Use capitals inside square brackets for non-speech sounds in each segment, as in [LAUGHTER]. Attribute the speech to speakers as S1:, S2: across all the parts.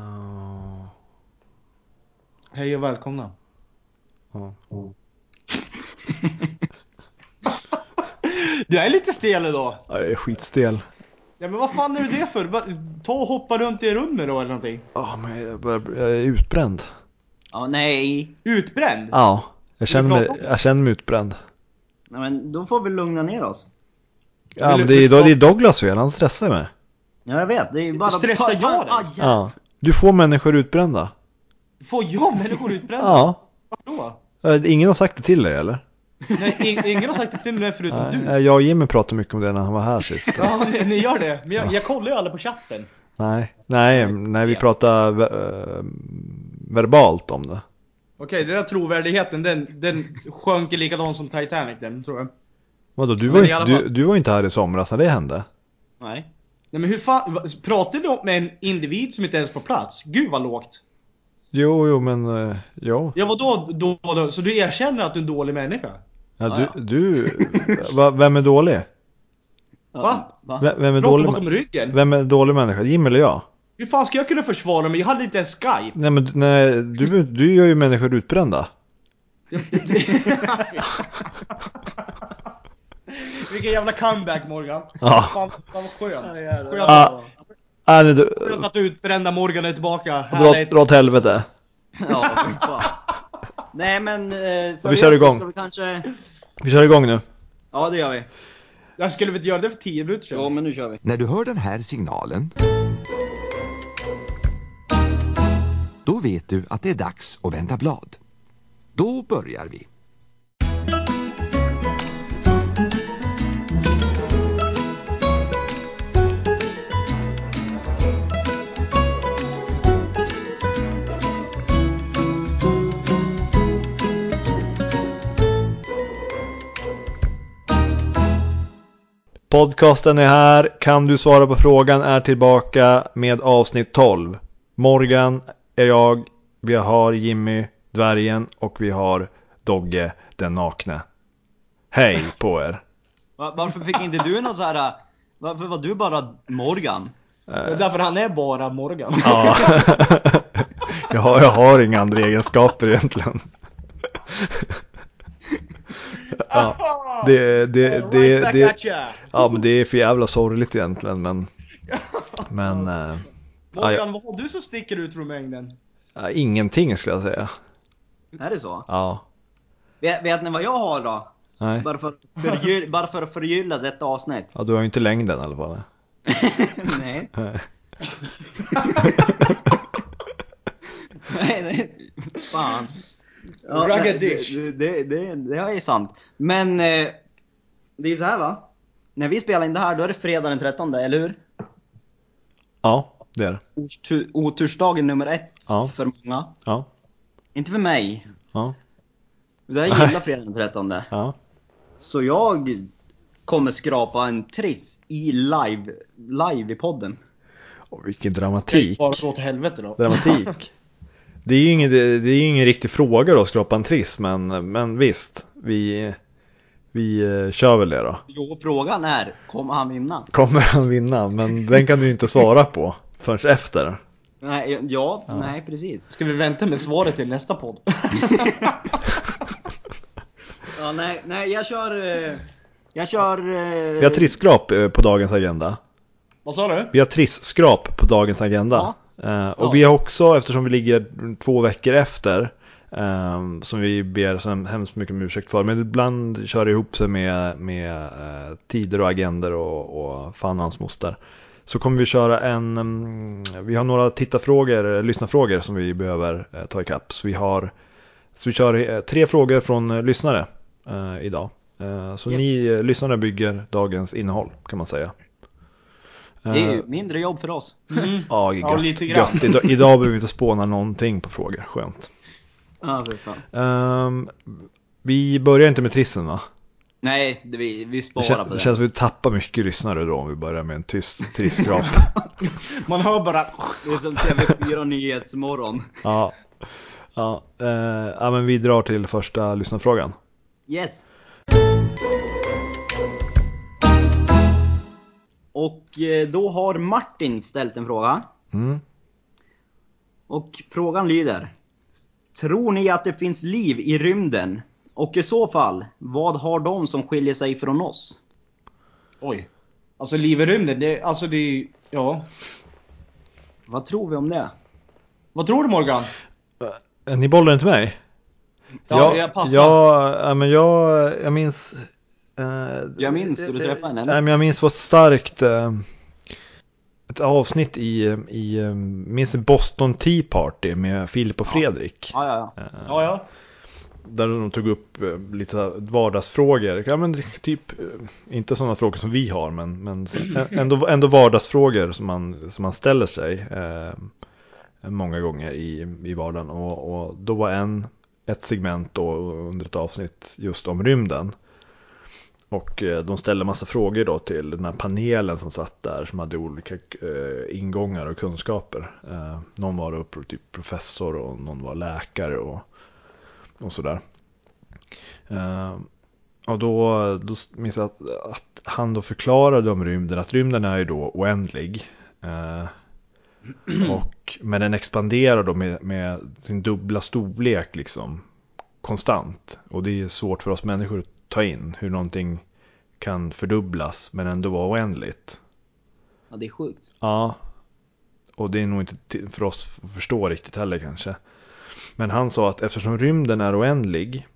S1: Ja.
S2: Hej och välkomna.
S1: Ja.
S2: Du är lite stel idag.
S1: Ja, Jag är skitstel.
S2: Ja, men vad fan är du det för? Va- Ta och hoppa runt i rummet då eller någonting.
S1: Ja, men jag, börjar, jag är utbränd.
S3: Ja, nej.
S2: Utbränd?
S1: Ja, jag känner,
S2: prata
S1: mig,
S2: om det?
S1: jag känner mig utbränd.
S3: nej. Men då får vi lugna ner oss.
S1: Ja,
S2: Vill
S1: men
S2: du
S1: det är,
S2: prata-
S1: det är Douglas fel, han stressar mig.
S3: Ja, jag vet. Det är bara...
S2: Stressar
S3: ta-
S2: jag dig?
S3: Ah, jävlar.
S1: Ja. Du får människor utbrända.
S2: Får jag människor utbrända?
S1: Ja.
S2: Varför då?
S1: Eh, Ingen har sagt det till dig eller?
S2: Nej, in, ingen har sagt det till mig förutom
S1: Nej,
S2: du.
S1: eh, Jag och Jimmy pratade mycket om det när han var här sist.
S2: Ja, ni, ni gör det. Men jag, jag kollar ju alla på chatten.
S1: Nej, nej, nej vi
S3: Ja.
S1: pratade ver- eh, verbalt om det.
S2: Okej, den där trovärdigheten den, den sjönker likadant som Titanic den tror jag.
S1: Vadå, du
S2: Men
S1: var,
S2: i
S1: ju-
S2: alla
S1: du,
S2: fall-
S1: du var ju inte här i somras när det hände.
S3: Nej.
S2: Nej men hur fan, va- pratar vi om- med en individ som inte ens är på plats? Gud vad lågt.
S1: Jo, jo, men eh, jo.
S2: Ja vadå då, då, så du erkänner att du är en dålig människa?
S1: Ja,
S3: Ja,
S1: du, du
S2: [LAUGHS]
S1: va, vem är dålig?
S3: Ja,
S2: Va?
S3: Va?
S1: Vem, vem, är
S2: Pratar
S1: dålig,
S2: bakom ryggen?
S1: vem är dålig människa? Jim eller jag?
S2: Hur fan ska jag kunna försvara mig? Jag hade inte ens [LAUGHS] Skype.
S1: Nej men du- nej, du, du gör ju människor utbrända.
S2: Vilken jävla comeback Morgan.
S1: Ja.
S2: Fan, fan vad skönt. Skönt,
S1: Ja. Äh, nej, du,
S2: skönt att utbrända Morgan är tillbaka.
S1: dra,
S2: Härligt.
S1: dra åt helvete.
S3: Ja, fy fan. Nej, men... Eh, seriöst,
S1: kör igång.
S3: Ska vi kanske...
S1: Vi kör igång nu.
S3: Ja, det gör vi.
S2: Jag skulle väl inte göra det för 10 minuter
S3: Ja,
S2: sedan.
S3: men nu kör vi.
S4: När du hör den här signalen då vet du att det är dags att vända blad. Då börjar vi.
S1: Podcasten är här. Kan du svara på frågan är tillbaka med avsnitt 12. Morgan är jag. Vi har Jimmy, dvärgen och vi har Dogge, den nakne. Hej på er.
S3: Va- Varför fick inte du någon så här... äh, Varför var du bara Morgan?
S1: Äh,
S2: Det är därför han är bara Morgan.
S1: Ja. [LAUGHS] jag, har, jag har inga andra egenskaper
S2: [LAUGHS]
S1: egentligen. ja. Det, det, det,
S2: right back
S1: det,
S2: at ya.
S1: ja, men det är för jävla sorgligt egentligen
S2: [LAUGHS]
S1: men, men eh, Ja,
S2: Morgan, vad har du som sticker ut från mängden?
S1: ja, ingenting skulle jag säga.
S3: Är det så?
S1: Ja.
S3: Vet, vet ni vad jag har då?
S1: Nej.
S3: Bara för, att förgyll, bara för att förgylla detta avsnitt.
S1: Ja, du har ju inte längden i alla fall.
S3: [LAUGHS] Nej.
S1: [LAUGHS] Nej.
S3: Nej, nej. Fan.
S2: Rugged
S3: nej,
S2: dish.
S3: Det, det, det, det är ju sant. Men eh, det är ju så här va? När vi spelar in det här då är det fredag den 13, eller hur?
S1: Ja, det är det.
S3: Otur, otursdagen nummer ett
S1: Ja.
S3: för många.
S1: Ja,
S3: Inte för mig.
S1: ja,
S3: Jag gillar fredag den 13.
S1: ja.
S3: Så jag kommer skrapa en triss i live, live i podden.
S1: Och vilken
S2: [LAUGHS]
S1: dramatik.
S2: Bara gå åt helvete då.
S1: Dramatik. Det är ju ingen, det det är ju ingen riktig fråga då, skrapan triss, men, men visst. Vi, vi eh, kör väl det då.
S3: Jo, frågan är, kommer han vinna?
S1: Kommer han vinna? Men den kan du ju inte svara på förrän efter.
S3: Nej, ja, ja, nej precis.
S2: Ska vi vänta med svaret till nästa podd?
S3: Ja, nej, nej, jag kör... eh, Jag kör... eh,
S1: Vi har trisskrap eh, på dagens agenda.
S2: Vad sa du?
S1: Vi har trisskrap på dagens agenda. Eh, och
S3: Ja.
S1: vi har också, eftersom vi ligger två veckor efter, ehm, som vi ber så hemskt mycket om ursäkt för, men ibland kör det ihop sig med, med eh, tider och agender och, och fan och hans moster. Så kommer vi köra en, mm, vi har några tittarfrågor, eh, lyssnarfrågor som vi behöver eh, ta ikapp. Så vi har, så vi kör eh, tre frågor från eh, lyssnare eh, idag. Eh, så
S3: Yes.
S1: ni eh, lyssnare bygger dagens innehåll kan man säga.
S3: Det är
S1: Eh,
S3: ju mindre jobb för oss.
S2: Mm.
S1: Ja, gött,
S2: Ja, lite grann.
S1: gött. Idag, idag behöver vi inte spåna någonting på frågor, skönt.
S3: Ja, för fan.
S1: Ehm, vi börjar inte med trissen va?
S3: Nej, det, vi, vi
S1: Det,
S3: sparar
S1: kän,
S3: på
S1: det
S3: det.
S1: känns som att vi tappar mycket lyssnare då om vi börjar med en tyst
S2: [LAUGHS]
S1: trisskrap.
S2: Man hör bara...
S3: Det är som TV4 Nyhetsmorgon.
S1: ja. Ja, eh, ja, men vi drar till första lyssnarfrågan.
S3: Yes! Och eh, då har Martin ställt en fråga.
S1: Mm.
S3: Och frågan lyder. Tror ni att det finns liv i rymden? Och i så fall, vad har de som skiljer sig från oss?
S2: Oj. Alltså liv i rymden, det, alltså det är ju- ja.
S3: Vad tror vi om det?
S2: Vad tror du Morgan?
S1: Eh, Ni bollar inte mig?
S2: Ja, jag passar.
S1: Ja, ja, men jag, jag minns... eh,
S3: Jag minns hur du träffade henne.
S1: Nej, men jag minns vad starkt... eh, ett avsnitt i, i eh, minns ni Boston Tea Party med Filip och Fredrik.
S3: Ja, ja, ja.
S2: Ja, ja.
S1: Där de tog upp eh, lite så här vardagsfrågor. Ja, men typ, eh, inte sådana frågor som vi har, men, men ändå, ändå vardagsfrågor som man, som man ställer sig eh, många gånger i, i vardagen. Och, och då var en, ett segment då under ett avsnitt just om rymden. Och eh, de ställde massa frågor då till den här panelen som satt där som hade olika eh, ingångar och kunskaper. Eh, Någon var då pro- typ professor och någon var läkare och, och sådär. Eh, Och då, då minns jag att, att han då förklarade om rymden att rymden är ju då oändlig. Eh, Och, men den expanderar då med, med sin dubbla storlek liksom konstant. Och det är svårt för oss människor att ta in hur någonting kan fördubblas men ändå vara oändligt.
S3: ja det är sjukt.
S1: Ja. Och det är nog inte till- för oss att förstå riktigt heller kanske. Men han sa att eftersom rymden är oändlig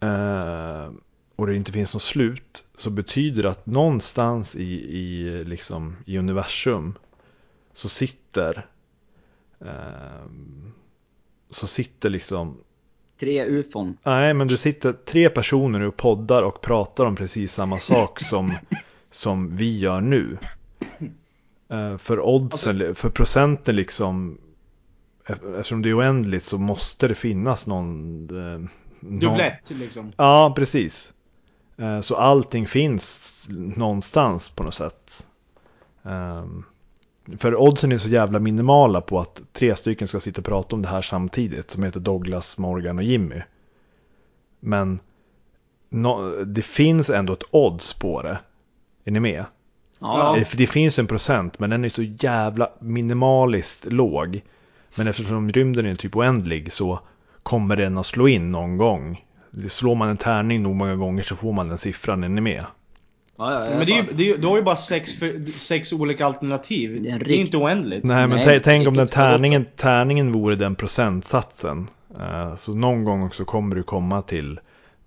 S1: eh, och det inte finns något slut så betyder det att någonstans i, i, liksom, i universum så sitter eh, så sitter liksom
S3: Tre ufon.
S1: Nej, men det sitter tre personer och poddar och pratar om precis samma sak som, som vi gör nu. Eh, För oddsen, för procenten liksom, e- eftersom det är oändligt så måste det finnas någon... eh, någon-
S2: Dubblett liksom.
S1: Ja, precis. Eh, Så allting finns någonstans på något sätt. Ehm, För oddsen är så jävla minimala på att tre stycken ska sitta och prata om det här samtidigt. Som heter Douglas, Morgan och Jimmy. Men nå- det finns ändå ett odds på det. Är ni med?
S3: Ja,
S1: Eh, för Det finns en procent men den är så jävla minimaliskt låg. Men eftersom rymden är typ oändlig så kommer den att slå in någon gång. Det slår man en tärning nog många gånger så får man den siffran, är ni med?
S3: ja, ja, ja
S2: Men det är, ju- det är, ju- du har ju bara sex, för, sex olika alternativ.
S3: Det
S2: Det
S3: är en
S2: är,
S3: rikt-
S2: inte oändligt.
S1: Nej men
S3: Nej,
S1: tä- tänk om den
S3: vilket ska
S1: tärningen, tärningen vore den procentsatsen. Eh, Så någon gång så kommer du komma till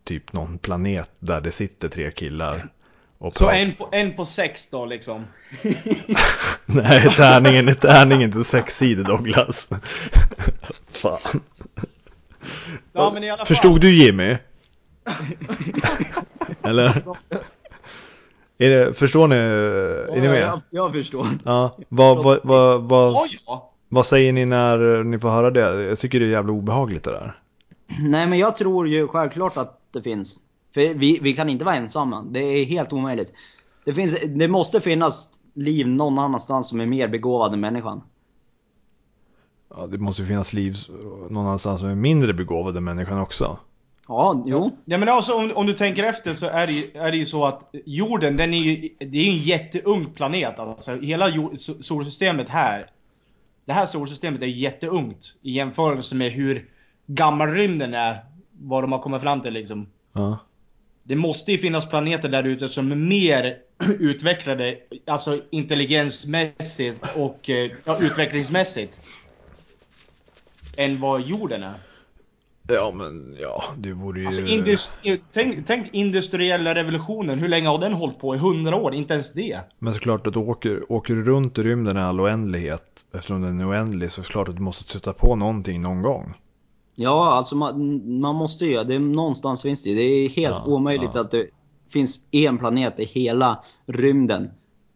S1: typ någon planet där det sitter tre killar. Och
S2: Så
S1: pratar.
S2: en på, en på sex då liksom.
S1: [LAUGHS] Nej, tärningen är tärningen inte sexsidig Douglas. [LAUGHS] Fan.
S2: Ja men i alla fall.
S1: Förstod du Jimmy? Eller? Är det, förstår ni? Är ni
S3: Ja,
S1: med?
S3: Jag, jag förstår.
S1: Ja. Vad, vad, vad, vad,
S2: Ja, ja.
S1: vad säger ni när ni får höra det? Jag tycker det är jävla obehagligt det där.
S3: Nej men jag tror ju självklart att det finns. För vi, vi kan inte vara ensamma. Det är helt omöjligt. Det, finns, det måste finnas liv någon annanstans som är mer begåvad än människan.
S1: Ja, det måste ju finnas liv någon annanstans som är mindre begåvade människan också.
S3: Ja, jo.
S2: Ja, men alltså, om, om du tänker efter så är det, ju, är det ju så att jorden den är ju, det är ju en jätteung planet. Alltså, hela jord, so- solsystemet här. Det här solsystemet är jätteungt i jämförelse med hur gammal rymden är. Vad de har kommit fram till liksom.
S1: Ja.
S2: Det måste ju finnas planeter där ute som är mer [CLEARS THROAT] utvecklade, alltså intelligensmässigt och eh, ja, utvecklingsmässigt. Än vad jorden är.
S1: Ja, men ja, det vore ju...
S2: Alltså, indus- tänk, tänk industriella revolutionen, hur länge har den hållit på? I hundra år? Inte ens det.
S1: Men såklart att du åker, åker du runt i rymden i all oändlighet, eftersom den är oändlig, så är det klart att du måste stöta på någonting någon gång.
S3: Ja, alltså man, man måste ju. Det, någonstans finns det ju. Det är helt
S1: Ja,
S3: omöjligt
S1: ja.
S3: att det finns en planet i hela rymden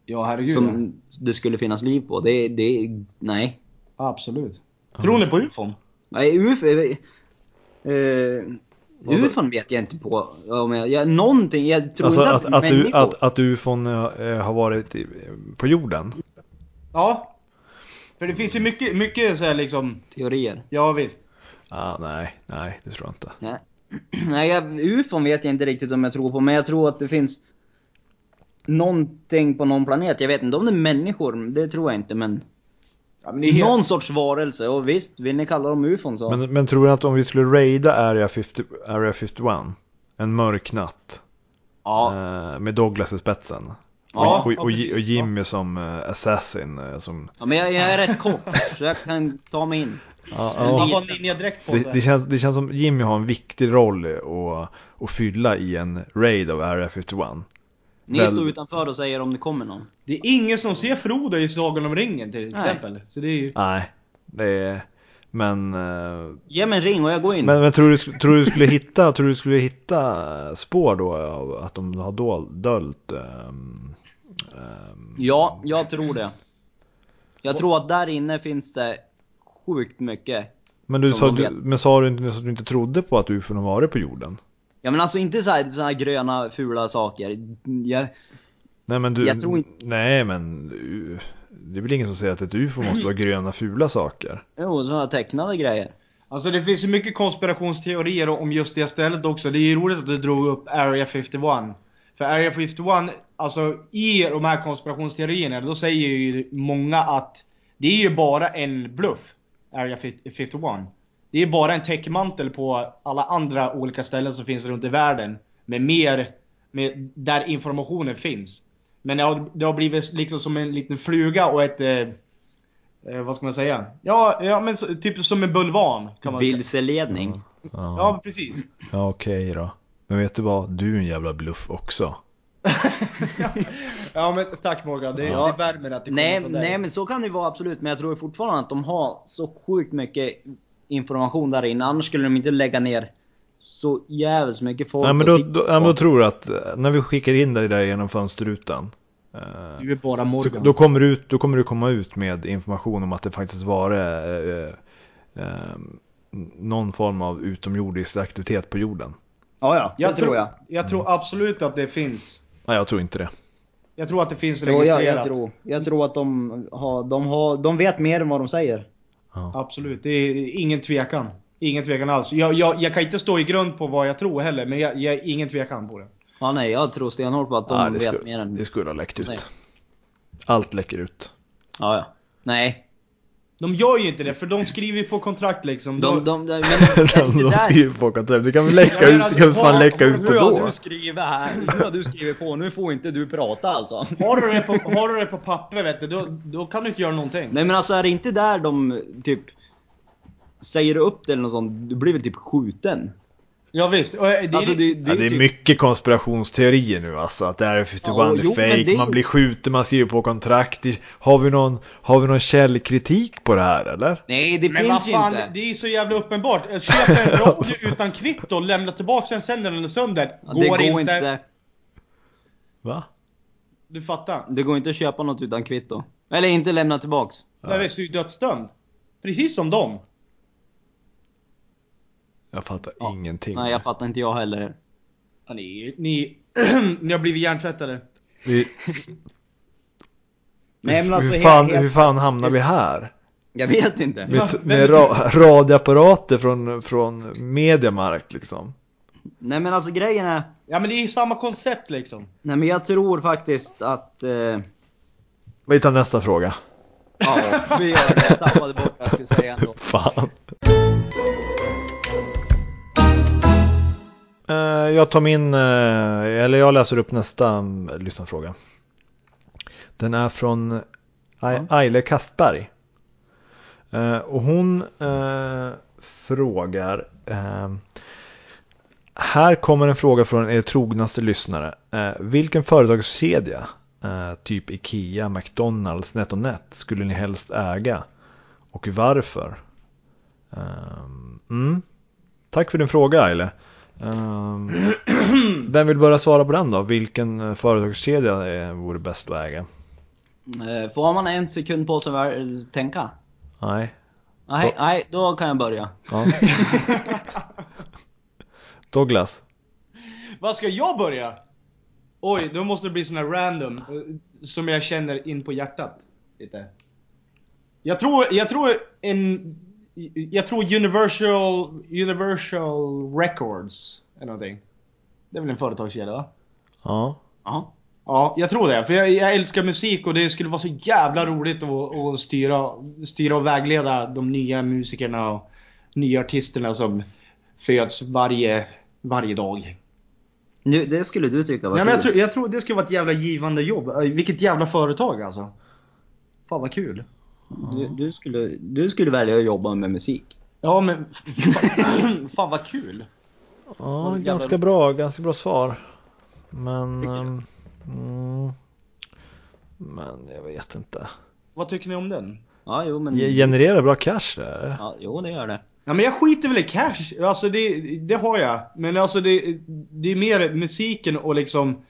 S2: Ja, herregud.
S3: som det skulle finnas liv på. Det, det, nej.
S2: Absolut. Tror ni på ufon?
S3: Nej, UFO... Eh, UFOn vet jag inte på. Om jag, jag, någonting, jag tror
S1: Alltså
S3: inte
S1: att,
S3: att,
S1: att, du,
S3: människor...
S1: att, att ufon eh, har varit i, på jorden.
S2: Ja. För det finns ju mycket, mycket så här liksom,
S3: Teorier.
S2: ja visst.
S1: Ah, nej, nej, det tror jag inte.
S3: Nej, [CLEARS THROAT] Nej jag, UFOn vet jag inte riktigt om jag tror på, men jag tror att det finns någonting på någon planet. Jag vet inte om det är människor, det tror jag inte, men
S2: Ja, men det är helt-
S3: Någon sorts varelse. Och visst, vill ni kalla dem ufon så.
S1: Men, men tror ni att om vi skulle raida Area, 50, Area 51, en mörk natt,
S3: ja.
S1: eh, med Douglas i spetsen,
S2: Ja,
S1: och, och,
S2: ja,
S1: och,
S2: precis,
S1: och Jimmy som eh, assassin, eh, som,
S3: ja, men jag, jag är rätt kort så jag kan ta mig in.
S1: ja,
S2: Man
S1: ja.
S2: får en ninjadräkt på
S1: Det, det,
S2: sig.
S1: känns, det känns som Jimmy har en viktig roll att, att fylla i en raid av Area 51.
S3: Ni
S1: Väl-
S3: står utanför och säger om det kommer någon.
S2: Det är ingen som ser Frodo i Sagan om ringen till exempel. Så det är ju...
S1: Nej, det är... Men, eh,
S3: Ge mig en ring och jag går in.
S1: men, men tror, du, tror, du skulle hitta, tror du skulle hitta spår då av att de har dol- dolt? ehm, ehm,
S3: Ja, jag tror det. Jag tror att där inne finns det sjukt mycket.
S1: men, du
S3: Som
S1: sa,
S3: de
S1: du,
S3: vet.
S1: men sa du inte nyss att du inte trodde på att ufon har varit på jorden?
S3: Ja men alltså inte så här, så här gröna fula saker. Jag,
S1: Nej men du,
S3: Jag tror inte-
S1: nej men u- det är väl ingen som säger att ett ufo måste vara gröna fula saker?
S3: jo, sådana tecknade grejer.
S2: Alltså det finns ju mycket konspirationsteorier om just det stället också. Det är ju roligt att du drog upp Area 51. För Area 51, alltså i de här konspirationsteorierna, då säger ju många att det är ju bara en bluff. Area 51. Det är bara en täckmantel på alla andra olika ställen som finns runt i världen. Med mer, med, där informationen finns. Men det har, det har blivit liksom som en liten fluga och ett eh, Eh, vad ska man säga? Ja, ja men så, typ som en bulvan kan man säga.
S3: Vilseledning.
S2: Ja, precis.
S1: Ja, okej då. Men vet du vad? Du är en jävla bluff också.
S2: [LAUGHS] Ja men tack Morgan, det,
S3: Ja.
S2: det värmer att det kommer
S3: Nej,
S2: från dig.
S3: nej men så kan det vara absolut, men jag tror fortfarande att de har så sjukt mycket information där inne. Annars skulle de inte lägga ner så jävligt mycket folk
S1: Nej men
S3: och
S1: då,
S3: titta
S1: då,
S3: på.
S1: ja, men då tror du att eh, när vi skickar in dig där genom fönsterrutan. eh,
S2: Du är bara
S1: Så,
S2: Morgan.
S1: då, kommer du ut, då kommer du komma ut med information om att det faktiskt var eh, eh, någon form av utomjordisk aktivitet på jorden.
S3: Ja, ja,
S2: jag
S3: det tror jag.
S2: Jag tror absolut att det finns.
S1: Nej, jag tror inte det.
S2: Jag tror att det finns
S3: Jo,
S2: registrerat.
S3: jag, jag, tror, jag tror att de, har, de, har, de vet mer än vad de säger.
S2: Absolut, det är ingen tvekan. Ingen tvekan alls. Jag, jag, jag kan inte stå i grund på vad jag tror heller, men jag, jag ingen tvekan på det.
S3: Ja, nej, jag tror stenhårt på att de
S1: Nej, det,
S3: vet mer
S1: skulle,
S3: än...
S1: det skulle ha läckt
S3: Nej.
S1: ut. Allt läcker
S3: [LAUGHS]
S1: ut.
S3: Ja, ja. Nej.
S2: De gör ju inte det, för de skriver ju på kontrakt liksom.
S3: De,
S2: Då-
S1: [LAUGHS]
S3: de, de, men,
S1: De
S3: där-
S1: skriver på kontrakt. Du kan väl läcka ut, du kan väl fan läcka ut det
S3: Nu har
S1: då?
S3: du skrivit här, nu har du skrivit på, nu får inte du prata alltså.
S2: har, du det på, har du det på papper vet du, då, då kan du inte göra någonting.
S3: Nej men alltså är det inte där de typ säger upp det eller något sånt, du blir väl typ skjuten?
S2: Ja, visst. Och, eh, det är
S3: Alltså
S2: det,
S3: det,
S1: Det är, ja, det är mycket konspirationsteorier nu alltså, att det här är 51
S3: Ja,
S1: är
S3: jo, men
S1: fake,
S3: det är-
S1: man blir skjuten, man skriver på kontrakt. Det- Har vi någon, har vi någon källkritik på det här eller?
S3: Nej det
S2: Men
S3: finns
S2: vad
S3: ju
S2: fan,
S3: inte.
S2: det är så jävla uppenbart. Köpa en radio utan kvitto och lämna tillbaka den sen när den är sönder.
S3: Ja,
S2: Går,
S3: det går
S2: inte.
S3: inte.
S1: Va?
S2: Du fattar.
S3: Det går inte att köpa något utan kvitto. Eller inte lämna tillbaks.
S2: Nej visst, du är ju dödsdömd. Precis som dem.
S1: Jag fattar
S3: Ja.
S1: ingenting.
S3: Nej jag fattar inte jag heller.
S2: Ja, ni, ni, [CLEARS THROAT] ni har blivit hjärntvättade.
S1: vi,
S3: Nej men alltså
S1: hur,
S3: helt,
S1: fan, hur
S3: helt,
S1: fan hamnar vi här?
S3: Jag vet inte.
S1: Med, med ra, radioapparater från, från Mediamark liksom.
S3: Nej men alltså grejen är.
S2: Ja men det är ju samma koncept liksom.
S3: Nej men jag tror faktiskt att... Eh, ja,
S1: Vi tar nästa fråga.
S3: vi gör det. Jag tappade bort vad jag skulle säga ändå.
S1: Fan. Eh, Jag tar min, eh, eller jag läser upp nästa mm, lyssnarfråga. Den är från Ai- Aile Kastberg. Eh, Och hon eh, frågar. eh, Här kommer en fråga från er trognaste lyssnare. Eh, Vilken företagskedja, eh, typ Ikea, McDonalds, NetOnNet, skulle ni helst äga? och varför? Ehm, mm. Tack för din fråga Aile. Ehm,
S2: [CLEARS THROAT]
S1: den vill börja svara på den då. Vilken eh, företagskedja eh, vore bäst att äga?
S3: Eh, Får man en sekund på sig att tänka?
S1: Nej.
S3: Nej,
S1: Då-
S3: nej, då kan jag börja.
S2: [LAUGHS]
S1: Ja. Douglas.
S2: Vad ska jag börja? Oj, då måste det bli sån här random. eh, Som jag känner in på hjärtat. Lite. Jag tror, jag tror en... Jag tror Universal, Universal Records. Eller någonting. Det är väl en företagskedja va?
S1: Ja.
S3: Ja.
S2: Ja, jag tror det. För jag, jag älskar musik och det skulle vara så jävla roligt att, att styra, styra och vägleda de nya musikerna och nya artisterna som föds varje, varje dag.
S3: Nu, det skulle du tycka var
S2: Nej, men jag,
S3: kul.
S2: tror, jag tror det skulle vara ett jävla givande jobb. Eh, Vilket jävla företag alltså. Fan vad kul.
S3: Du, du, skulle, du skulle välja att jobba med musik.
S2: Ja men [LAUGHS] fan vad kul.
S1: Ja,
S2: Jävlar.
S1: ganska bra, ganska bra svar. Men...
S2: Tycker du?
S1: ehm, Mm, men jag vet inte.
S2: Vad tycker ni om den?
S3: Ja, jo men...
S1: Ge- Genererar bra cash där.
S3: Ja, jo det gör det.
S2: Ja, men jag skiter väl i cash. Alltså det, det har jag. Men alltså det, det är mer musiken och liksom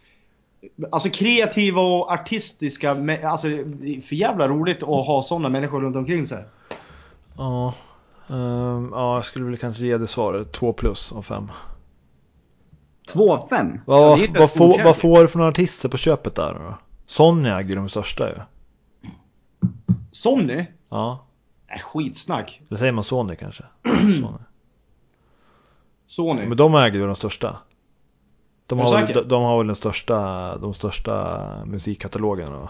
S2: Alltså kreativa och artistiska, men- alltså det är för jävla roligt att ha sådana människor runt omkring sig.
S1: Ja. ehm, ja, jag skulle väl kanske ge det svaret. 2 plus av 5.
S3: Två av fem?
S1: Vad,
S2: det är inte
S1: vad,
S2: ens
S1: får,
S2: godkänt
S1: vad
S2: ju.
S1: får du för några artister på köpet där då? Sonja är ju de största ju.
S2: Sonny?
S1: Ja.
S2: Äh, skitsnack.
S1: Eller säger man Sony
S2: [CLEARS THROAT]
S1: kanske? Sony.
S2: Sony.
S1: Men de äger ju de största. De
S2: Är
S1: har,
S2: du
S1: väl,
S2: säker?
S1: de, de har väl den största, de största musikkatalogerna va?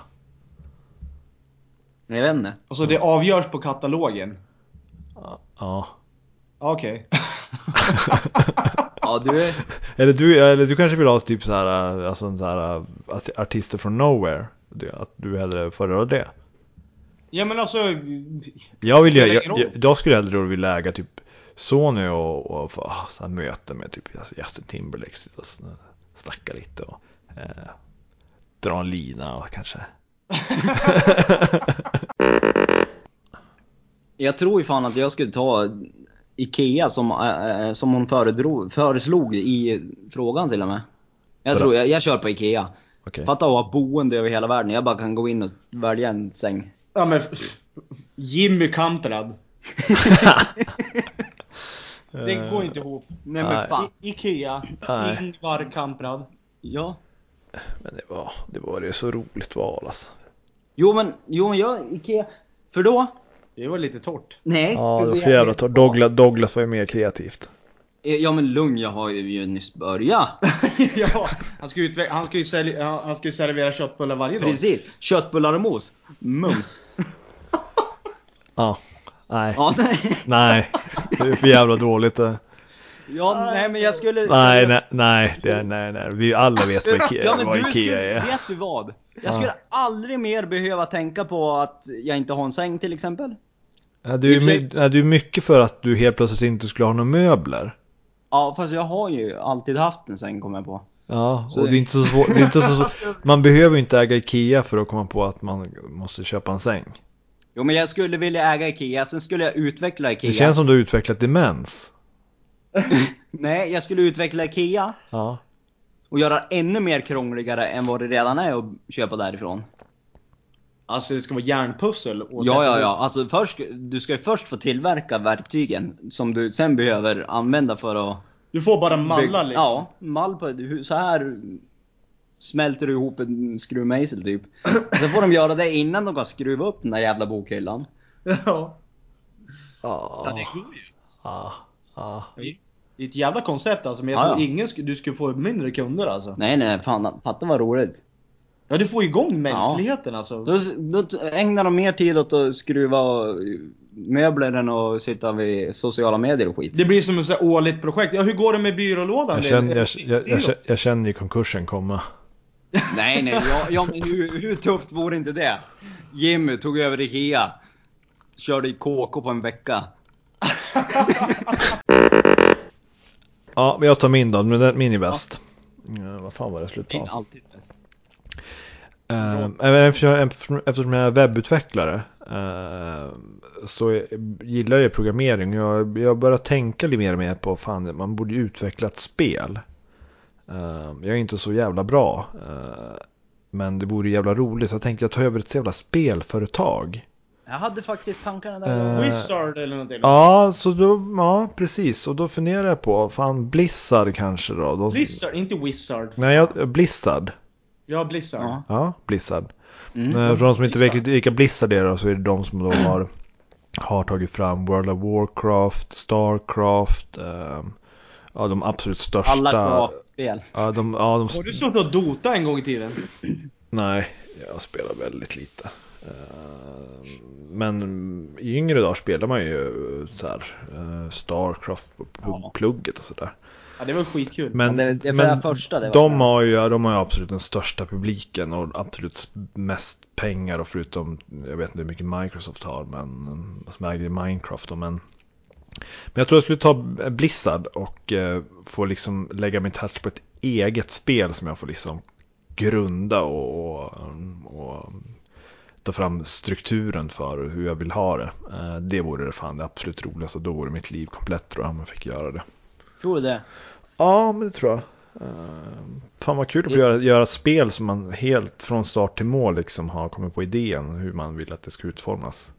S3: Jag vet inte.
S2: Alltså det avgörs på katalogen.
S1: Ja.
S2: Okej.
S3: Ja, du...
S1: Eller du, eller du kanske vill ha typ så här, äh, alltså en så här äh, art- artister från nowhere. Det, att du hellre föredrar det.
S2: Ja men alltså,
S1: Jag vill ju,
S2: Spelar
S1: jag,
S2: ingen
S1: jag,
S2: roll.
S1: jag skulle hellre då vilja äga typ Sony och, och få ah, så här möten med typ alltså, Justin Timberlake. sitta Och sn- snacka lite och eh, dra en lina och kanske.
S3: Jag tror ju fan att jag skulle ta IKEA som, äh, äh, som hon föredrog, föreslog i frågan till och med. Jag
S1: Vadå?
S3: tror, jag, jag kör på IKEA.
S1: Okej.
S3: Fatta att ha boende över hela världen. Jag bara kan gå in och välja en säng.
S2: ja men Jimmy Kamprad. Det går inte ihop.
S1: Nej.
S3: Nej men fan.
S2: I- Ikea,
S1: Nej.
S2: Ingvar Kamprad.
S3: Ja.
S1: Men det var, det var ju så roligt val alltså.
S3: Jo men, jo men jag, IKEA. För då?
S2: Det var lite torrt.
S3: Nej.
S1: Ja, det var
S3: vi-
S1: för jävla torrt. Douglas, Douglas var ju mer kreativt.
S3: Ja men lugn, jag har ju nyss börjat.
S2: [LAUGHS]
S3: [LAUGHS]
S2: ja, han ska, utve- han, ska ju sälja, han- han ska ju servera köttbullar varje dag.
S3: Precis. Köttbullar och mos. Mums.
S1: Ja, nej.
S3: [LAUGHS] Ja, nej.
S1: Nej, det är för jävla dåligt det.
S3: Ja, nej men jag skulle...
S1: Nej, nej, nej, det är, nej, nej. Vi alla vet vad Ikea,
S3: Ja men
S1: vad
S3: du
S1: Ikea
S3: skulle,
S1: är.
S3: vet du vad? Jag
S1: Ja.
S3: skulle aldrig mer behöva tänka på att jag inte har en säng till exempel.
S1: Ja, du, är
S3: i och för sig-
S1: my- ja, du är mycket för att du helt plötsligt inte skulle ha några möbler.
S3: Ja fast jag har ju alltid haft en säng kommer jag på.
S1: Ja,
S3: Så-
S1: och det är inte så svårt. Det är inte så svårt. Man behöver ju inte äga Ikea för att komma på att man måste köpa en säng.
S3: Jo men jag skulle vilja äga IKEA, sen skulle jag utveckla IKEA.
S1: Det känns som du har utvecklat demens.
S3: [LAUGHS] Nej, jag skulle utveckla IKEA
S1: Ja.
S3: och göra det ännu mer krångligare än vad det redan är att köpa därifrån.
S2: Alltså det ska vara järnpussel och
S3: Ja,
S2: sätta
S3: ja,
S2: ihop.
S3: ja. Alltså först, du ska ju först få tillverka verktygen som du sen behöver använda för att...
S2: Du får bara malla
S3: bygga-
S2: liksom.
S3: Ja, mall på... hur- Så här smälter du ihop en skruvmejsel typ. Sen får de göra det innan de kan skruva upp den där jävla bokhyllan.
S2: [LAUGHS] ja. Ja,
S1: Ja.
S2: det går ju.
S1: Ja. ja.
S2: Det är ett jävla koncept alltså, men jag
S3: Ja,
S2: tror
S3: ja.
S2: ingen sk- du skulle få mindre kunder alltså.
S3: Nej, nej, fan. Fatta vad roligt.
S2: Ja, du får igång mänskligheten alltså.
S3: Då, då ägnar de mer tid åt att skruva och, möbler än att sitta vid sociala medier och skit.
S2: Det blir som ett så här årligt projekt. Ja, hur går det med byrålådan?
S1: Jag, känner, jag, jag, jag, känner- jag känner ju konkursen komma.
S3: [LAUGHS] Nej, nej, ja, ja, men hur, hur tufft vore inte det? Jimmy tog över IKEA. Körde i KK på en vecka.
S1: Ja, men jag tar min då. Men den- Min är bäst. Ja, vad fan var det slut på?
S3: Min alltid bäst.
S1: Eh, men eftersom, eftersom jag är webbutvecklare eh, så jag- gillar jag programmering. Jag, jag börjar tänka lite mer och mer på fan, man borde ju utveckla ett spel. Eh, jag är inte så jävla bra. eh, men det vore jävla roligt. Så jag tänkte jag tar över ett jävla spelföretag.
S3: Jag hade faktiskt tankarna
S1: Eh,
S3: där.
S2: Wizard eller någonting.
S1: Ja, så då, ja, precis. Och då funderar jag på, fan Blizzard kanske då? De,
S2: Blizzard, inte Wizard.
S1: Nej, jag, Blizzard.
S2: Ja, Blizzard.
S3: Ja.
S1: Ja, Blizzard.
S3: Mm.
S1: Eh, För de som inte vet
S2: Blizzard.
S1: vilka- vilka Blizzard är då, så är det de som då har, har tagit fram World of Warcraft, Starcraft, ehm, ja, de absolut största.
S3: Alla kroatspel.
S1: ja, de, ja, de,
S2: Har du suttit och dota en gång i tiden?
S1: Nej, jag spelar väldigt lite. Eh, Men i yngre dagar spelar man ju så här, eh, Starcraft på pl- plugget och sådär.
S2: Ja, det var skitkul.
S1: Men,
S3: Ja, det- det var
S1: men
S3: det första, det var
S1: de,
S3: det.
S1: har ju, de har ju absolut den största publiken och absolut mest pengar och förutom, jag vet inte hur mycket Microsoft har, men som äger Minecraft. då, Men, men jag tror jag skulle ta Blizzard och eh, få liksom lägga min touch på ett eget spel som jag får liksom grunda och, och, och ta fram strukturen för och hur jag vill ha det. Eh, det vore det fan det absolut roligaste, då vore mitt liv komplett tror jag om jag fick göra det.
S3: Tror du det?
S1: Ja, men det tror jag. Ehm, Fan vad kul att få göra, göra ett spel som man helt från start till mål liksom har kommit på idén hur man vill att det ska utformas.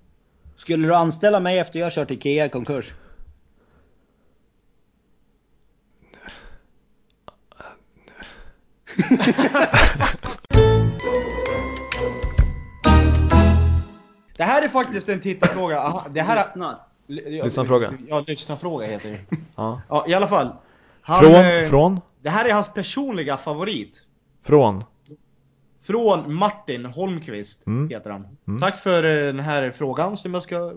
S3: Skulle du anställa mig efter jag kört IKEA i konkurs?
S2: Det här är faktiskt en tittarfråga. Aha, Det här...
S3: Lyssna.
S1: Lyssnarfråga.
S2: Ja, lyssnarfråga heter det.
S1: Ja.
S2: Ja, i alla fall. Han,
S1: Från,
S2: eh,
S1: från,
S2: Det här är hans personliga favorit.
S1: från.
S2: Från Martin Holmqvist
S1: Mm.
S2: heter han.
S1: Mm.
S2: Tack för eh, den här frågan som jag ska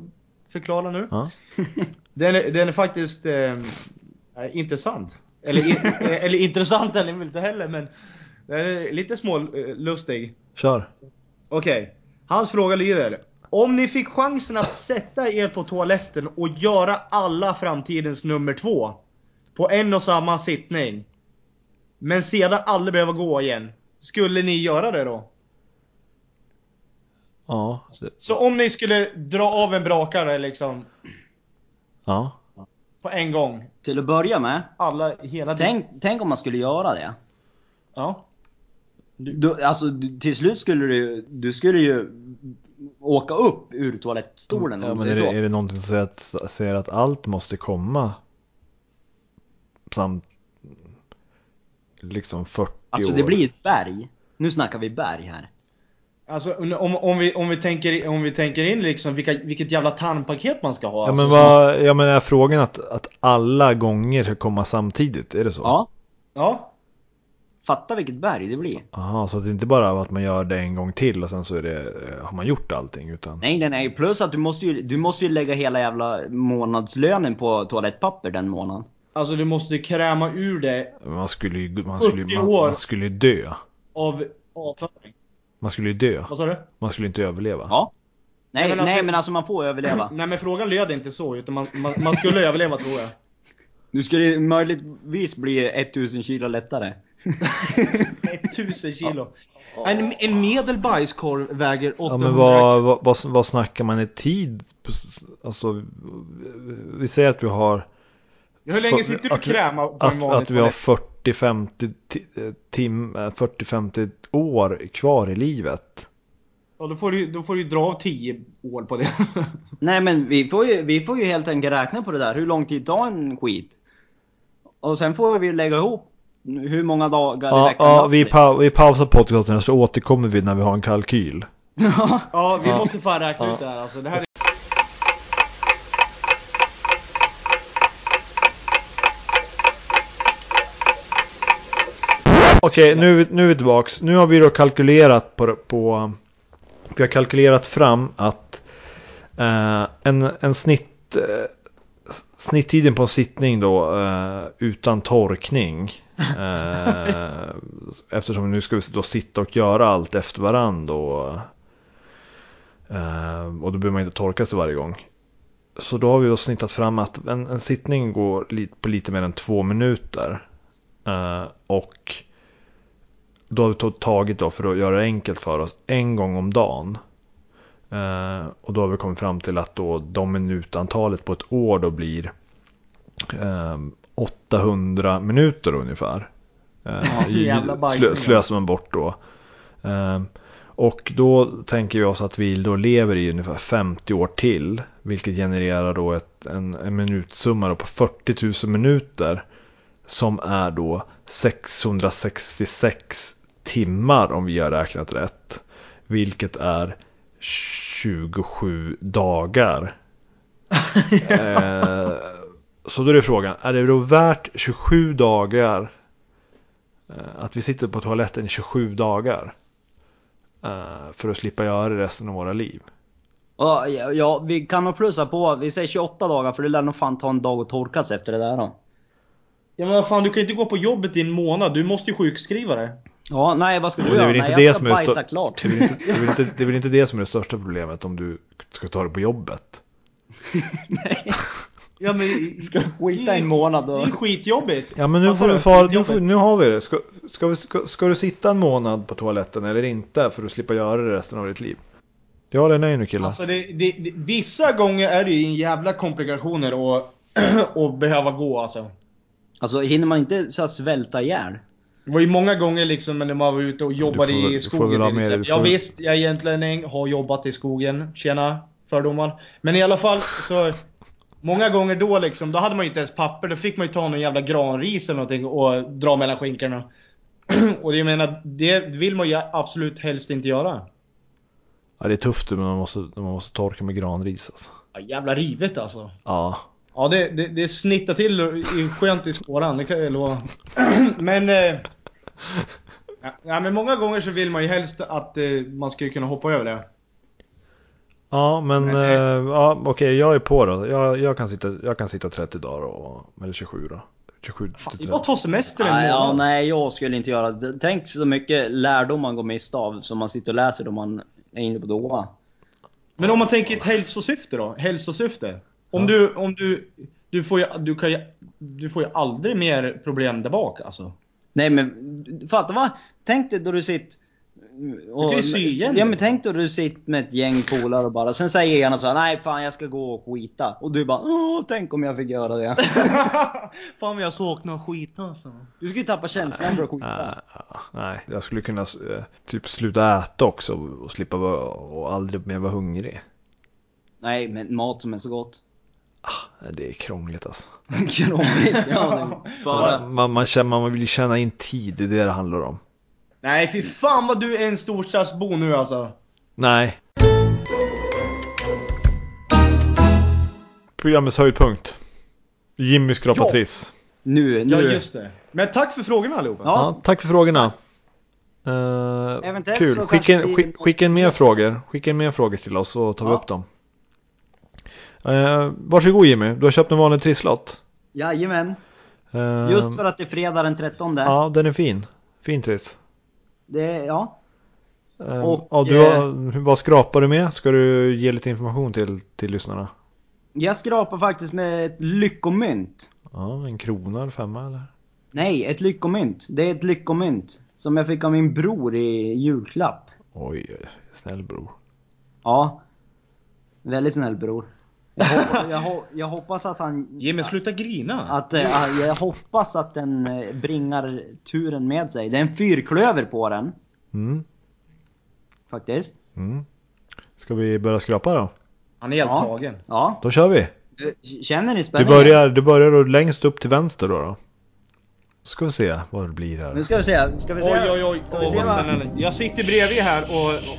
S2: förklara nu.
S1: Ja.
S2: [LAUGHS] Den, är- den är faktiskt eh, eh, intressant.
S1: [LAUGHS]
S2: Eller, in, eh, eller intressant eller inte heller men den är lite smålustig.
S1: Kör.
S2: Okej, hans fråga lyder. Om ni fick chansen att sätta er på toaletten och göra alla framtidens nummer två på en och samma sittning. Men sedan aldrig behöva gå igen. Skulle ni göra det då?
S1: Ja. det-
S2: Så om ni skulle dra av en brakare liksom
S1: Ja.
S2: på en gång.
S3: Till att börja med,
S2: Alla, hela
S3: tänk, tänk om man skulle göra det.
S2: Ja.
S3: Du, alltså, du, till slut skulle du, ju- du skulle ju åka upp ur toalettstolen
S1: Ja,
S3: om
S1: men
S3: det
S1: är,
S3: är
S1: det, är
S3: så.
S1: det någonting som säger att, säger att allt måste komma samt liksom 40
S3: Alltså
S1: år?
S3: det blir ett berg. Nu snackar vi berg här.
S2: Alltså om, om, vi, om, vi tänker, om vi tänker in liksom vilka, vilket jävla tandpaket man ska ha.
S1: Ja
S2: alltså,
S1: men, vad, ja, men är frågan att, att alla gånger ska komma samtidigt? Är det så?
S3: Ja,
S2: ja.
S3: fatta vilket berg det blir.
S1: Jaha, så att det inte bara att man gör det en gång till och sen så är det, eh, har man gjort allting utan...
S3: Nej, nej, nej. Plus att du måste ju, du måste ju lägga hela jävla månadslönen på toalettpapper den månaden.
S2: Alltså du måste kräma ur det
S1: Man skulle ju, man skulle,
S2: 40
S1: man,
S2: år.
S1: man skulle ju dö.
S2: av avföring.
S1: Man skulle ju dö.
S2: Vad sa du?
S1: Man skulle inte överleva.
S3: Ja. Nej,
S2: Nej,
S3: nej
S2: men
S3: men, alltså,
S2: alltså-
S3: man får [CLEARS THROAT] överleva.
S2: Nej men frågan löd inte så utan man, man, man skulle överleva tror jag.
S3: Du skulle ju möjligtvis bli 1000 kilo lättare.
S2: 1000 kilo. En, en medelbajskorv väger 800
S1: Ja, men vad, vad, vad, vad snackar man i tid? Alltså, vi säger att vi har...
S2: Hur länge
S1: för-
S2: sitter du och
S1: att vi-
S2: krämar på en
S1: Att,
S2: vanlig
S1: att vi har
S2: toalett?
S1: 40-50 ti- eh, tim, eh, 40-50 år kvar i livet.
S2: Ja, då, får du, då får du dra av 10 år på det. [LAUGHS]
S3: Nej men vi får, ju, vi får ju helt enkelt räkna på det där. Hur lång tid tar en skit? Och sen får vi lägga ihop hur många dagar i
S1: Ja,
S3: veckan
S1: ja
S3: det
S1: vi,
S3: blir.
S1: pa, vi pausar podcasten och så återkommer vi när vi har en kalkyl.
S2: ja, vi måste fan räkna ut det här alltså. Det här är...
S1: Okej, nu, nu är vi tillbaks. Nu har vi då kalkylerat på... på vi har kalkylerat fram att eh, en, en snitt, eh, s- snitttiden på en sittning då eh, utan torkning. Eh, eftersom nu ska vi då sitta och göra allt efter varandra. Och, eh, och då behöver man inte torka sig varje gång. Så då har vi då snittat fram att en, en sittning går li- på lite mer än två minuter. Eh, och då har vi tog- tagit då för att göra det enkelt för oss en gång om dagen. Eh, och då har vi kommit fram till att då de minutantalet på ett år då blir ehm, 800 minuter ungefär. Eh, i-
S2: jävla bajsning,
S1: slö,
S2: alltså.
S1: slösar man bort då. Ehm, och då tänker vi oss att vi då lever i ungefär 50 år till. Vilket genererar då ett, en, en minutsumma då på 40 000 minuter. Som är då 666 timmar om vi har räknat rätt. Vilket är
S3: [LAUGHS]
S1: 27 dagar. eh, Så då är frågan, är det då värt 27 dagar eh, att vi sitter på toaletten i 27 dagar eh, för att slippa göra det resten av våra liv?
S3: [LAUGHS] Ja, ja, ja, vi kan nog plussa på, vi säger 28 dagar för det lär nog fan ta en dag att torka sig efter det där då.
S2: Ja men vad fan, du kan ju inte gå på jobbet i en månad. Du måste ju sjukskriva dig.
S3: Ja, nej vad ska du
S1: Men det är
S3: göra?
S1: väl inte
S3: Nej,
S1: det
S3: jag ska
S1: som är det
S3: bajsa
S1: stör-
S3: klart.
S1: Det är, väl inte, det, är väl inte, det är väl inte det som är det största problemet om du ska ta det på jobbet?
S2: Ja [LAUGHS] men...
S3: Ska du skita i en månad
S2: Det
S3: och...
S2: är skitjobbigt.
S1: Ja men nu
S2: Fattar
S1: får
S2: du?
S1: du far, nu,
S2: Skitjobbigt.
S1: får, nu har vi det. Ska, ska, vi, ska, ska du sitta en månad på toaletten eller inte för att slippa göra det resten av ditt liv? Ja eller nej nu killar?
S2: Alltså det, det, det, vissa gånger är det ju en jävla komplikationer [CLEARS THROAT] och, och behöva gå alltså.
S3: Alltså hinner man inte så här, svälta ihjäl?
S2: Det var ju många gånger liksom när man var ute och jobbade
S1: får väl-
S2: i
S1: du får väl
S2: skogen
S1: ha
S2: till
S1: med dig-
S2: exempel.
S1: du får
S2: Ja
S1: väl-
S2: visst, jag är egentligen har jobbat i skogen. Tjena fördomar. Men i alla fall så... Många gånger då liksom, då hade man ju inte ens papper. Då fick man ju ta någon jävla granris eller någonting och dra mellan skinkorna. [CLEARS THROAT] Och jag menar, det vill man ju absolut helst inte göra.
S1: Ja, det är tufft men man måste, man måste torka med granris alltså.
S2: Ja, jävla rivet alltså.
S1: Ja.
S2: Ja, det, det, det snittar till i- skönt i spåran, det kan jag lova. [CLEARS THROAT] Men... Eh, ja, ja, men många gånger så vill man ju helst att eh, man skulle kunna hoppa över det.
S1: Ja men
S2: Nej.
S1: eh, ja, okej jag är på då. Jag, jag, kan sitta, jag kan sitta 30 dagar och, eller 27 då. 27
S2: Fan, det
S1: till
S2: är bara att
S1: 30.
S2: ta semester en
S3: Nej, ja,
S2: månad.
S3: nej, jag skulle inte göra det. Tänk så mycket lärdom man går miste av som man sitter och läser då man är inne på doa.
S2: Men om man tänker ett hälsosyfte då? Hälsosyfte? Om du... Om du, du, får ju, du, kan ju, du får ju aldrig mer problem där bak alltså.
S3: Nej men fatta vad? Tänk dig då du sitter... Och,
S2: kan ju sy igen
S3: ja
S2: det.
S3: men tänk då du sitter med ett gäng polare och bara, sen säger ena såhär nej fan jag ska gå och skita. Och du bara åh tänk om jag fick göra det.
S2: [LAUGHS] Fan vad jag saknar skit alltså.
S3: Du skulle ju tappa känslan för att skita.
S1: Ja, nej, jag skulle kunna eh, typ sluta äta också och slippa vara, och aldrig mer vara hungrig.
S3: Nej men mat som är så gott. [LAUGHS]
S1: Nej, Ah, Det är krångligt alltså.
S3: Krångligt. Ja,
S2: [LAUGHS]
S3: det är bara...
S1: Man, man, man, känner, man vill ju känna in tid, det är det det handlar om.
S2: Nej fy fan vad du är en storstadsbo nu alltså.
S1: Nej. Programmets höjdpunkt. Jimmy skrapar
S2: Ja.
S1: triss.
S3: Nu, nu.
S2: Ja just det. Men tack för frågorna allihopa.
S3: Ja.
S1: Ja, tack för frågorna. Eh,
S3: Eventuellt
S1: kul.
S3: så
S1: Skicka in,
S3: kanske vi-
S1: skick, skicka in mer frågor. Skicka in mer frågor till oss så tar vi
S3: Ja.
S1: upp dem. Uh, varsågod Jimmy, du har köpt en vanlig trisslott.
S3: Jajamän.
S1: Eh,
S3: Just för att det är fredag den 13.
S1: Ja, den är fin. Fin triss.
S3: Det, ja.
S1: Eh,
S3: Och,
S1: ja, du har, vad skrapar du med? Ska du ge lite information till, till lyssnarna?
S3: Jag skrapar faktiskt med ett lyckomynt.
S1: Ja, en krona eller femma eller?
S3: Nej, ett lyckomynt. Det är ett lyckomynt. Som jag fick av min bror i julklapp.
S1: Oj, oj, snäll bror.
S3: Ja. Väldigt snäll bror.
S1: [LAUGHS]
S3: Jag, hop- jag, ho- jag hoppas att han...
S2: Jimmy sluta grina.
S3: Att, eh, jag hoppas att den eh, bringar turen med sig. Det är en fyrklöver på den.
S1: Mm,
S3: Faktiskt.
S1: mm. Ska vi börja skrapa då?
S2: Han är helt
S3: Ja.
S2: tagen.
S3: Ja.
S1: Då kör vi!
S3: Känner ni
S1: Du
S3: spänningen?
S1: börjar, du börjar då längst upp till vänster då. då. Ska vi se vad det blir här.
S3: Nu ska vi se. Ska vi se?
S2: Oj, oj, oj.
S3: Ska vi
S2: Åh,
S3: se
S2: vad
S3: vad,
S2: spännande. Jag sitter bredvid här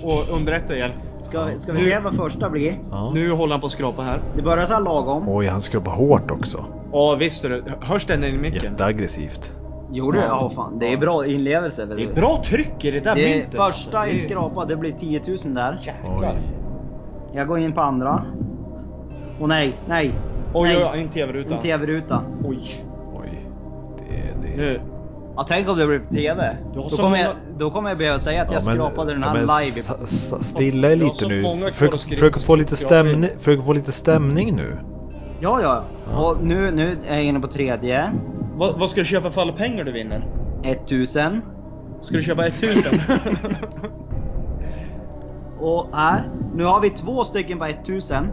S2: och, och underrättar er.
S3: ska vi, ska vi se vad första blir?
S1: Ja.
S2: Nu håller han på att skrapa här.
S3: Det börjar så här lagom.
S1: Oj, han skrapar hårt också.
S2: Ja, visst är det. Hörs den i micken?
S1: Jätteaggressivt.
S3: Gjorde det? Ja, fan. Det är bra inlevelse. vet
S2: Det är
S3: du.
S2: bra tryck i det där
S3: Det
S2: myntet.
S3: första är
S2: alltså. Det
S3: skrapa, det blir 10 000 där.
S2: Jäklar.
S1: Oj.
S3: Jag går in på andra. Och nej, nej.
S2: Oj,
S3: nej.
S2: oj, oj. En TV-ruta.
S3: En TV-ruta.
S2: Oj.
S1: Oj. Det, det.
S2: Nu.
S3: Ja, tänk om det blir TV.
S2: Du har
S3: Då
S2: så
S3: kommer, jag,
S2: många-
S3: då kommer jag behöva säga att jag skrapade den här
S1: men
S3: live. i-
S1: s- s- s- Stilla er
S2: Jag har
S1: lite
S2: så många
S1: nu.
S2: kvar
S1: Försök,
S2: att skriva-
S1: försök, få lite
S2: skrapa in.
S1: stämning, försök få lite stämning nu.
S3: Ja, ja.
S1: Ja.
S3: Och nu, nu är jag inne på tredje.
S2: Vad, vad ska du köpa för alla pengar du vinner?
S3: 1000.
S2: Ska du köpa 1000?
S3: [LAUGHS] Och här. Nu har vi två stycken på 1000.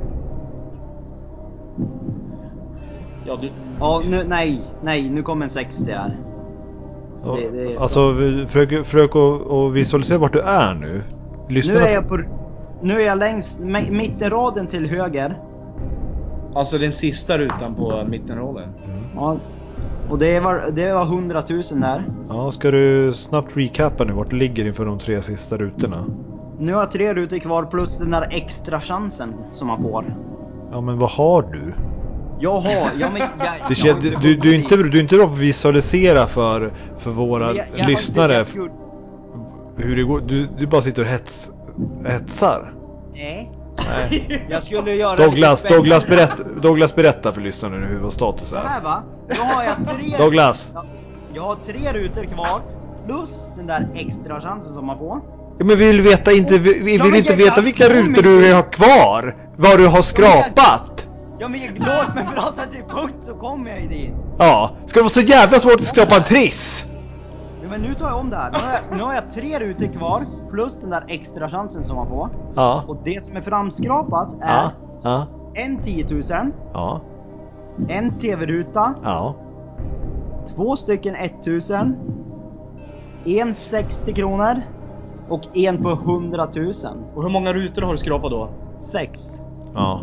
S2: ja, du...
S3: Ja, nu, nej, nej. Nu kommer en 60 här.
S1: Och,
S3: Det- det är-
S1: alltså, vi- försök, försök att, att visualisera vart du är nu.
S3: Nu
S1: Lyssna
S3: är jag på... Nu är jag längst, mi- mittenraden till höger.
S2: Alltså den sista rutan på mittenrollen.
S3: Ja. Och det var, det var 100 000 där.
S1: Ja, ska du snabbt recappa nu vart du ligger inför de tre sista rutorna?
S3: Nu har jag tre rutor kvar plus den där extra chansen som man får.
S1: Ja, men vad har du?
S3: Jag har... Ja, men, jag,
S1: Det
S3: jag har
S1: kän- du, du, är
S3: gått
S1: inte,
S3: dit.
S1: du är inte bra på att visualisera för, för våra
S3: Men jag- jag har
S1: lyssnare
S3: inte- jag skulle-
S1: hur det går. Du, du bara sitter och hets, hetsar.
S3: Nej.
S1: Nej.
S3: [LAUGHS] Jag skulle göra det
S1: Douglas,
S3: lite spännande.
S1: Douglas, berätt, Douglas berätta för lyssnarna nu hur vår status
S3: Så här
S1: är.
S3: va. Då har jag tre...
S1: Douglas!
S3: Ja, Jag har tre rutor kvar. Plus den där extra chansen som man får.
S1: Ja, men vi vill, veta inte, vi, vi
S3: Ja,
S1: vill
S3: men
S1: inte
S3: jag-
S1: veta
S3: jag
S1: vilka
S3: kommer
S1: rutor du
S3: dit.
S1: har kvar! Vad du har skrapat!
S3: Ja men jag- låt mig prata till punkt så kommer jag ju dit.
S1: Ja, ska det vara så jävla svårt att skrapa en triss?
S3: Ja, men nu tar jag om det här. Nu har jag, nu har jag tre rutor kvar. Plus den där extra chansen som man får.
S1: Ja.
S3: Och det som är framskrapat är
S1: Ja. Ja.
S3: en 10 000,
S1: Ja.
S3: en TV-ruta,
S1: Ja.
S3: två stycken 1000, en 60 kronor och en på 100 000.
S2: Och hur många rutor har du skrapat då?
S3: Sex.
S1: ja.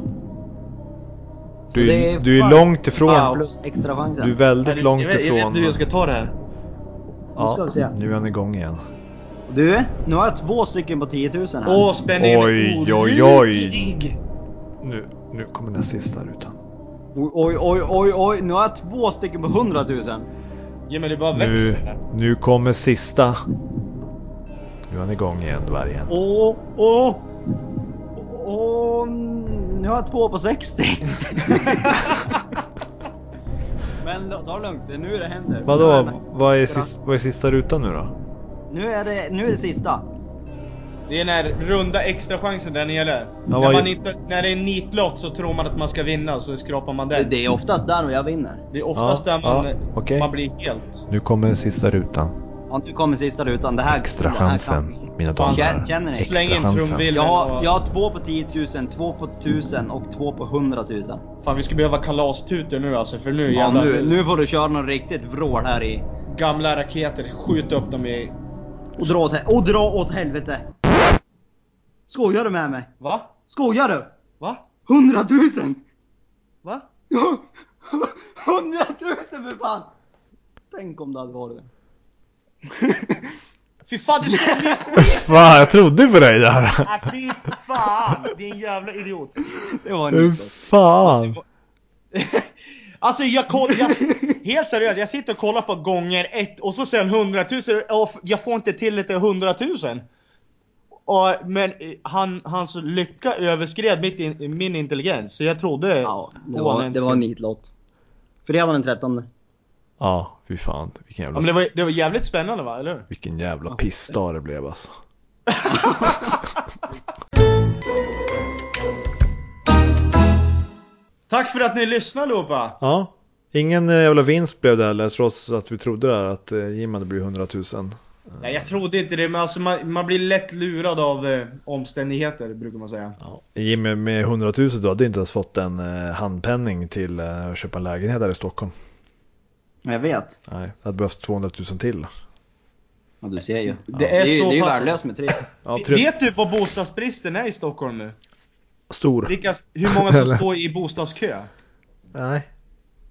S3: Så
S1: Du,
S3: det
S1: är- du är
S3: fan-
S1: långt ifrån.
S3: fan Plus extra chansen.
S1: Du är väldigt långt
S2: jag, vet-
S1: ifrån.
S2: Jag vet inte hur jag ska ta det här.
S3: Nu ska vi se.
S1: Nu är han igång igen.
S3: Du, nu har jag två stycken på 10 000 här.
S2: Åh, spänningen
S1: Oj,
S2: är
S1: oj, oj.
S2: olidlig!
S1: Nu, nu kommer den sista rutan.
S3: Oj, oj, oj, oj, nu har jag två stycken på 100 000.
S2: Ja men det bara
S1: Nu,
S2: växer.
S1: nu kommer sista. Nu är han igång igen dvärgen.
S3: Åh, åh! Åh, nu har jag två på 60.
S1: [LAUGHS]
S3: Men då- ta det lugnt, det är nu det händer.
S1: [LAUGHS] Vadå?
S3: Nu är det-
S1: Vad är, sista, vad är sista rutan nu då?
S3: Nu är det, nu är det sista.
S2: Det är den här runda extra chansen där nere.
S1: vad-
S2: när, man inte, när det är nitlott så tror man att man ska vinna så skrapar man den. Det,
S3: Det är oftast där jag vinner.
S2: är oftast
S1: Ja,
S2: där man,
S1: ja, okej.
S2: man blir helt...
S1: Nu kommer den sista rutan.
S3: Ja, nu kommer sista rutan. Det här...
S1: Extra
S3: det här kan
S1: chansen,
S3: bli-
S1: mina damer och herrar.
S3: Känner ni?
S1: Extra
S2: Släng in
S1: chansen.
S2: trumvillen
S3: Jag har,
S2: och-
S3: jag har två på 10 000, två på 1000 och två på 100 000.
S2: Fan vi ska behöva kalastutor nu alltså för nu
S3: Ja,
S2: jävlar.
S3: nu, nu får du köra någon riktigt vrål här i.
S2: Gamla raketer, skjut upp dem i...
S3: Och dra åt, hel- och dra åt helvete! Skojar du med mig?
S2: Va?
S3: Skojar du?
S2: Va?
S3: Hundratusen!
S2: Va?
S3: Ja! [LAUGHS] Hundratusen för fan! Tänk om det hade varit det.
S2: Fy fan du ska
S3: [LAUGHS]
S2: bli...
S1: Fan, jag trodde på dig där.
S2: Ah, Fy fan din jävla idiot.
S3: Det var en
S1: Fy
S3: nitlott.
S1: Fan.
S2: Alltså jag kollar, jag, helt seriöst, jag sitter och kollar på gånger ett och så sen 100 000 och f- jag får inte till det till 100 000. Och, men eh, han, hans lycka överskred mitt in, min intelligens så jag trodde...
S3: Ja, det
S2: Åh,
S3: var,
S2: nej,
S3: det var en nitlott. Fredag den 13.
S1: Ja, fy fan. Vilken
S2: Ja, men det,
S1: jävla,
S2: var, det var jävligt spännande va, eller hur?
S1: vilken jävla pissdag det blev alltså.
S2: Tack för att ni lyssnade allihopa!
S1: Ja. Ingen eh, jävla vinst blev det heller trots att vi trodde där att eh, Jim hade blivit 100 000.
S2: Nej, jag trodde inte det men alltså man, man blir lätt lurad av eh, omständigheter brukar man säga.
S1: Ja. Jimmy med 100 000 du hade inte ens fått en eh, handpenning till eh, att köpa en lägenhet här i Stockholm.
S3: Jag vet.
S1: Nej, det hade behövts 200 000 till.
S3: Ja, du ser ju.
S2: Det är
S3: ju-
S2: så
S3: det är ju
S2: pass-
S3: värdelöst med tre.
S1: Ja,
S2: Vet-
S1: tre...
S2: Vet du vad bostadsbristen är i Stockholm nu?
S1: Stor.
S2: Vilka, hur många som
S1: Eller?
S2: står i bostadskö?
S1: Nej.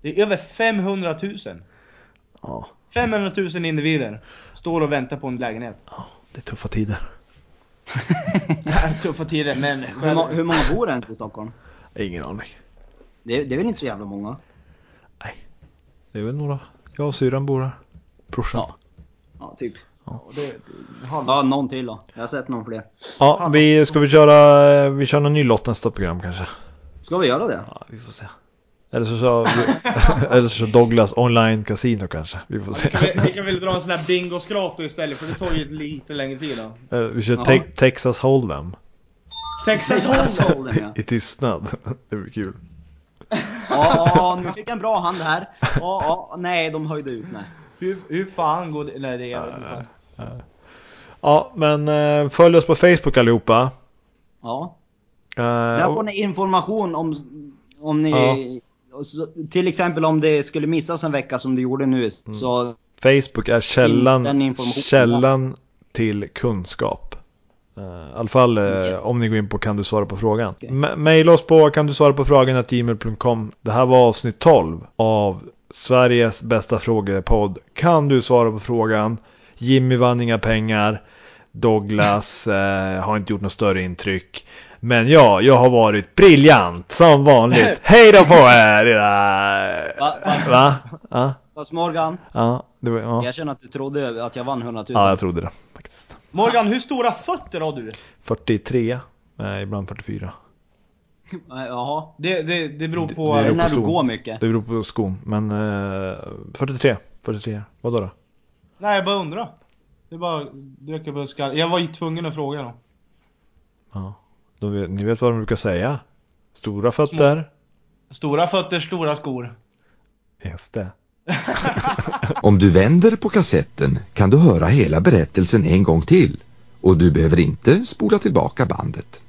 S2: Det är över 500 000.
S1: Ja,
S2: 500 000 individer står och väntar på en [LAUGHS] lägenhet.
S1: det är tuffa tider.
S2: Det här är tuffa tider men
S3: Hur, må-
S2: själv...
S3: hur många bor ens i Stockholm?
S1: Ingen aning.
S3: Det, det är väl inte så jävla många?
S1: Det är väl några. Jag och syrran bor här. Brorsan. Ja,
S3: Ja, typ. Ja, någon till då. Jag har sett någon fler.
S1: vi ska vi köra. eh, Vi kör någon ny lott nästa program kanske.
S3: Ska vi göra det?
S1: Ja, vi får se. Eller så kör, vi, [LAUGHS] eller så kör Douglas online casino kanske. Vi får se.
S2: Kan vi, vi kan väl dra en sån här bingoskrap då istället för det tar ju lite längre tid då.
S1: Eh, Vi kör te- Texas Hold'em
S2: Texas Hold'em!
S3: Hold'em, ja.
S1: i tystnad. [LAUGHS] Det blir kul.
S3: Ja, nu fick jag en bra hand här. Ja, ja, nej, de höjde ut mig.
S2: Hur, hur fan går det? Nej det är jag vet inte.
S1: Ja, men eh, följ oss på Facebook allihopa.
S3: Ja.
S1: Eh,
S3: Där
S1: och-
S3: får ni information om, om ni... och Så, till exempel om det skulle missas en vecka som det gjorde nu. Så
S1: Facebook är
S3: den
S1: källan,
S3: informationen
S1: källan till kunskap. Eh, I alla fall eh,
S3: Yes.
S1: om ni går in på kan du svara på frågan.
S3: Okej.
S1: Ma- Maila oss på kan du svara på frågan att gmail.com. Det här var avsnitt 12 av Sveriges bästa frågepodd. Kan du svara på frågan?
S3: [LAUGHS]
S1: Jimmy vann inga pengar. Douglas eh, har inte gjort något större intryck. Men ja, jag har varit briljant som
S3: [LAUGHS]
S1: vanligt. Hej då på er era...
S3: Va, va,
S1: Va? Ja,
S3: fast Morgan,
S1: ja, det var, ja.
S3: jag känner att du trodde att jag vann 100 000.
S1: ja,
S3: [LAUGHS]
S1: jag trodde det faktiskt.
S2: Morgan, hur stora fötter har du?
S1: 43, eh, ibland 44.
S3: Jaha.
S2: Det, det, det beror
S1: Det-
S2: på...
S1: det
S3: Det är
S1: beror på
S3: när du
S1: skon.
S3: går mycket.
S1: Det beror på skon, men eh, 43, 43, vadå då?
S2: Nej, jag bara undrar. Det bara dök upp en skall. Jag var ju tvungen att fråga då.
S1: Ja. De vet, ni vet vad de brukar säga? Stora fötter,
S2: Stora fötter, stora skor.
S1: SD.
S4: Om du vänder på kassetten kan du höra hela berättelsen en gång till och du behöver inte spola tillbaka bandet.